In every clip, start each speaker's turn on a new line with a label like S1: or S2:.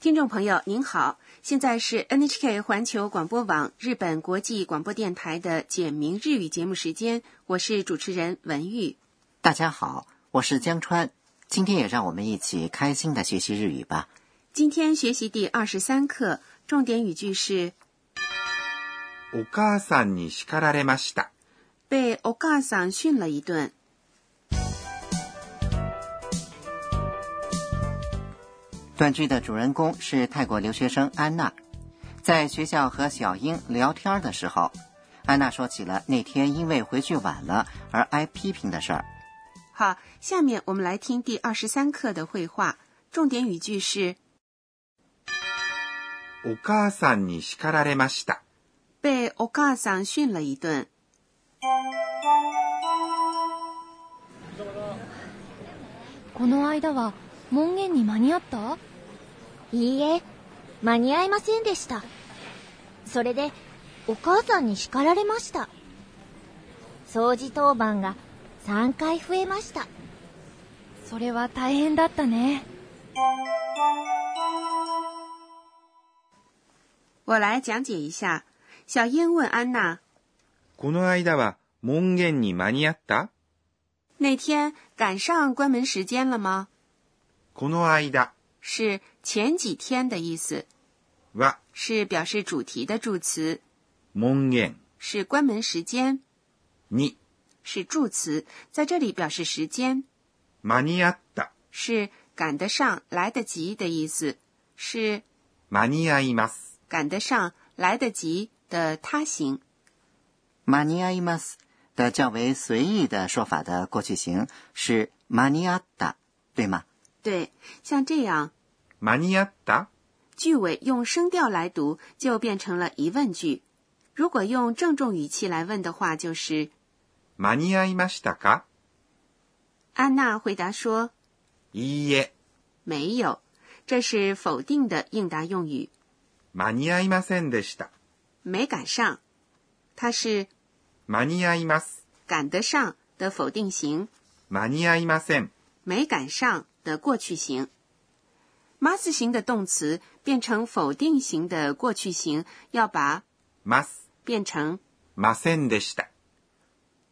S1: 听众朋友您好，现在是 NHK 环球广播网日本国际广播电台的简明日语节目时间，我是主持人文玉。
S2: 大家好，我是江川。今天也让我们一起开心的学习日语吧。
S1: 今天学习第二十三课，重点语句是
S3: お母さんに叱られました。
S1: 被欧嘎桑训了一顿。
S2: 短剧的主人公是泰国留学生安娜，在学校和小英聊天的时候，安娜说起了那天因为回去晚了而挨批评的事儿。
S1: 好，下面我们来听第二十三课的绘画，重点语句是
S3: お母さんに叱られました。
S1: 被欧嘎桑训了一顿。
S4: この間は門限に間に合った
S5: いいえ、間に合いませんでした。それで、お母さんに叱られました。掃除当番が3回増えました。
S4: それは大変だったね
S1: 我来讲解一下。小英问安娜
S3: この間は門限に間に合った：“
S1: 那天赶上关门时间了吗
S3: この間？”
S1: 是前几天的意思，
S3: は
S1: 是表示主题的助词，
S3: 門限
S1: 是关门时间，
S3: に
S1: 是助词，在这里表示时间，
S3: 間に合った。
S1: 是赶得上、来得及的意思，是
S3: 間に合います。
S1: 赶得上、来得及的他形。
S2: 马尼亚伊马斯的较为随意的说法的过去形是马尼亚达，对吗？
S1: 对，像这样，
S3: 間に合った
S1: 句尾用声调来读，就变成了疑问句。如果用郑重语气来问的话，就是
S3: 間に合いましたか
S1: 安娜回答说
S3: いいえ、：“
S1: 没有。”这是否定的应答用语，
S3: 間に合いませんでした。
S1: 没赶上。它是
S3: 間に合います。
S1: 赶得上的否定型，
S3: 間に合いません。
S1: 没赶上的过去型。must 型的动词变成否定型的过去型，要把
S3: ます。
S1: 变成
S3: ませんでした。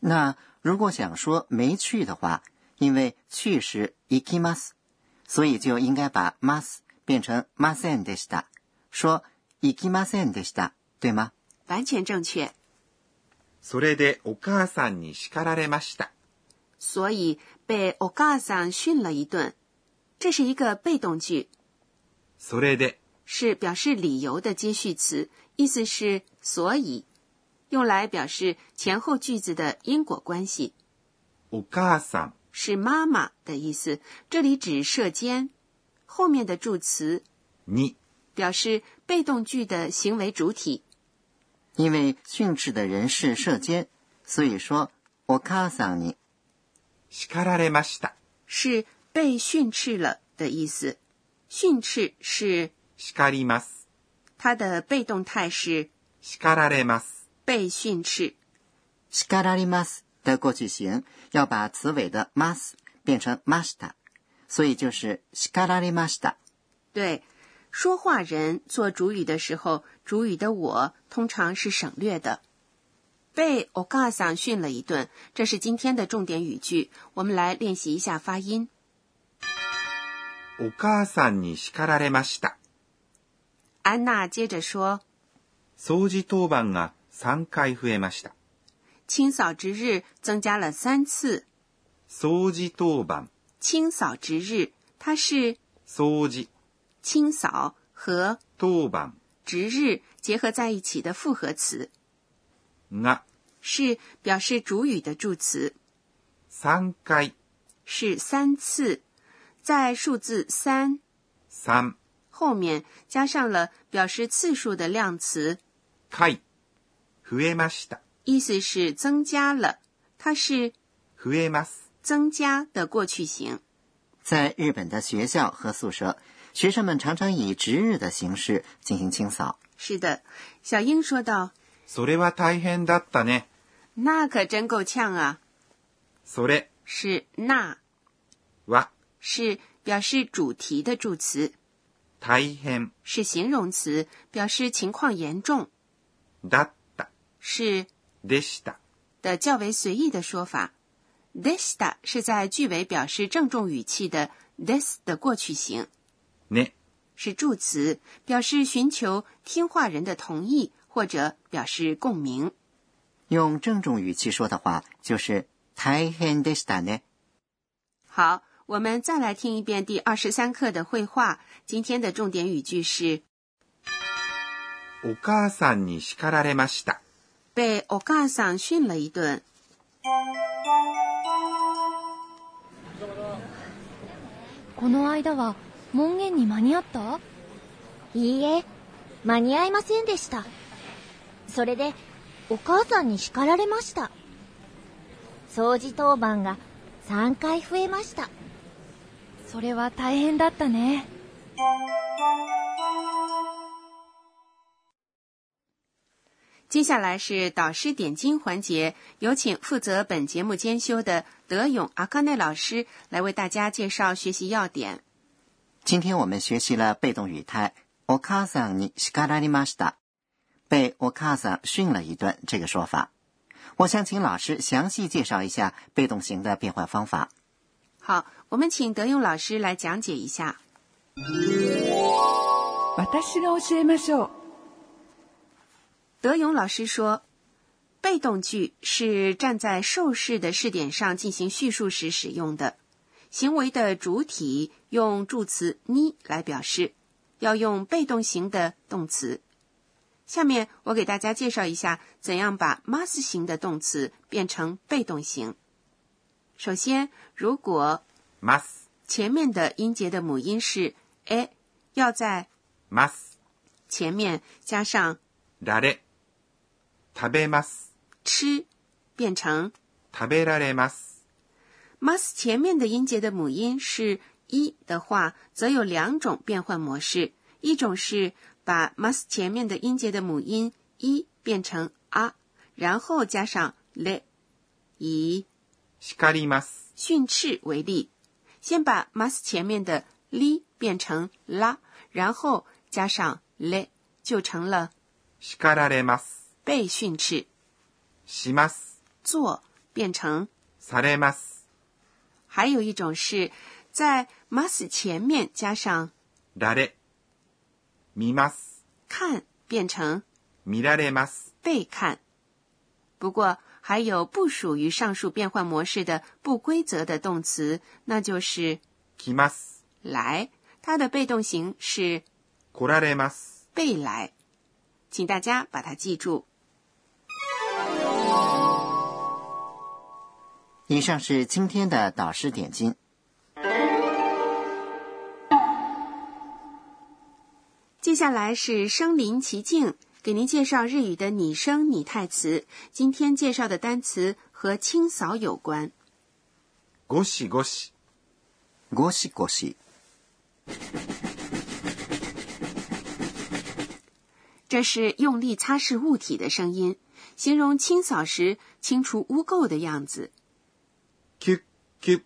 S2: 那如果想说没去的话，因为去是 ikimas，所以就应该把 mas 变成 masen でした，说 ikimasen でした，对吗？
S1: 完全正确。
S3: それでお母さんに叱られました。
S1: 所以被お母さん训了一顿。这是一个被动句，
S3: それで
S1: 是表示理由的接续词，意思是所以，用来表示前后句子的因果关系，
S3: お母さん
S1: 是妈妈的意思。这里指涉间，后面的助词
S3: に
S1: 表示被动句的行为主体。
S2: 因为训斥的人是射间，所以说お母さんに
S3: 叱られました。
S1: 是被训斥了的意思。训斥是
S3: 叱ります。
S1: 它的被动态是
S3: 叱られます。
S1: 被训斥，
S2: 叱られます的过去形要把词尾的 mas 变成 masta，所以就是叱られました。
S1: 对。说话人做主语的时候，主语的我通常是省略的。被お母さん训了一顿，这是今天的重点语句。我们来练习一下发音。
S3: お母さんに叱られました。
S1: 安娜接着说
S3: 掃除当番が3回増えました。：“
S1: 清扫值日增加了三次。
S3: 掃除当番、
S1: 清扫值日，它是
S3: 掃除、
S1: 清扫和
S3: 当番
S1: 值日结合在一起的复合词，
S3: が
S1: 是表示主语的助词，
S3: 3回、
S1: 是三次，在数字三
S3: 3
S1: 后面加上了表示次数的量词，
S3: 回、増えました。
S1: 意思是增加了，它是
S3: 増えます。
S1: 增加的过去形。
S2: 在日本的学校和宿舍，学生们常常以值日的形式进行清扫。
S1: 是的，小英说道
S3: それは大変だったね。：“
S1: 那可真够呛啊！”
S3: それ
S1: 是那，
S3: は
S1: 是表示主题的助词，
S3: 大変
S1: 是形容词，表示情况严重，
S3: だった
S1: 是
S3: でした
S1: 的较为随意的说法。でした是在句尾表示郑重语气的 this 的过去形，
S3: ね
S1: 是助词，表示寻求听话人的同意或者表示共鸣。
S2: 用郑重语气说的话，就是大変でしたね。
S1: 好，我们再来听一遍第二十三课的绘画。今天的重点语句是
S3: お母さんに叱られました
S1: 被お母さん训了一顿。
S4: この間は門限に間に合った
S5: いいえ、間に合いませんでした。それで、お母さんに叱られました。掃除当番が3回増えました。
S4: それは大変だったね
S1: 接下来是导师点睛环节，有请负责本节目监修的德勇阿卡内老师来为大家介绍学习要点。
S2: 今天我们学习了被动语态“お母さんに叱られました”，被お母さん训了一顿这个说法。我想请老师详细介绍一下被动型的变换方法。
S1: 好，我们请德勇老师来讲解一下。
S6: 私が教えましょう。
S1: 德勇老师说，被动句是站在受试的试点上进行叙述时使用的，行为的主体用助词に来表示，要用被动型的动词。下面我给大家介绍一下怎样把 must 型的动词变成被动型。首先，如果
S3: ます
S1: 前面的音节的母音是 a，要在
S3: ます
S1: 前面加上
S3: られ食べます
S1: 吃，变成
S3: 食べられます
S1: mas 前面的音节的母音是一的话，则有两种变换模式，一种是把 mas 前面的音节的母音一变成啊，然后加上 le。以
S3: 叱ります
S1: 训斥为例，先把 mas 前面的 li 变成啦，然后加上 le，就成了
S3: 叱られます
S1: 被训斥。
S3: します
S1: 做变成
S3: されます
S1: 还有一种是在 mas 前面加上
S3: られ見ます
S1: 看变成
S3: 見られます
S1: 被看。不过还有不属于上述变换模式的不规则的动词，那就是
S3: 来ます
S1: 来，它的被动形是
S3: 来られます
S1: 被来，请大家把它记住。
S2: 以上是今天的导师点睛。
S1: 接下来是身临其境，给您介绍日语的拟声拟态词。今天介绍的单词和清扫有关。
S3: ゴシゴシ
S2: ゴシゴシ、
S1: 这是用力擦拭物体的声音，形容清扫时清除污垢的样子。
S3: キュッキュッ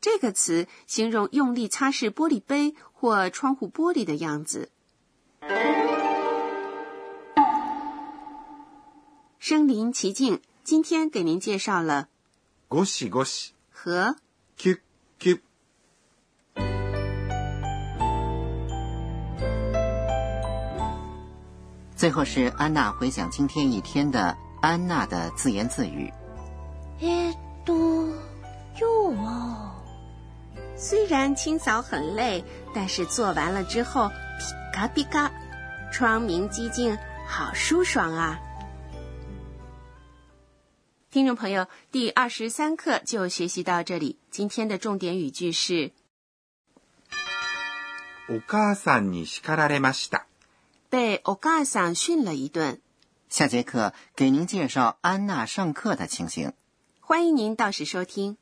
S1: 这个词形容用力擦拭玻璃杯或窗户玻璃的样子。身临其境，今天给您介绍了
S3: ゴシゴシ
S1: 和
S3: キュッキュッ
S2: 最后是安娜回想今天一天的安娜的自言自语。
S5: えーっと、今日は、
S1: 虽然清扫很累，但是做完了之后，皮卡皮卡，窗明几净，好舒爽啊！听众朋友，第二十三课就学习到这里。今天的重点语句是
S3: お母さんに叱られました
S1: 被お母さん训了一顿。
S2: 下节课给您介绍安娜上课的情形。
S1: 欢迎您到时收听。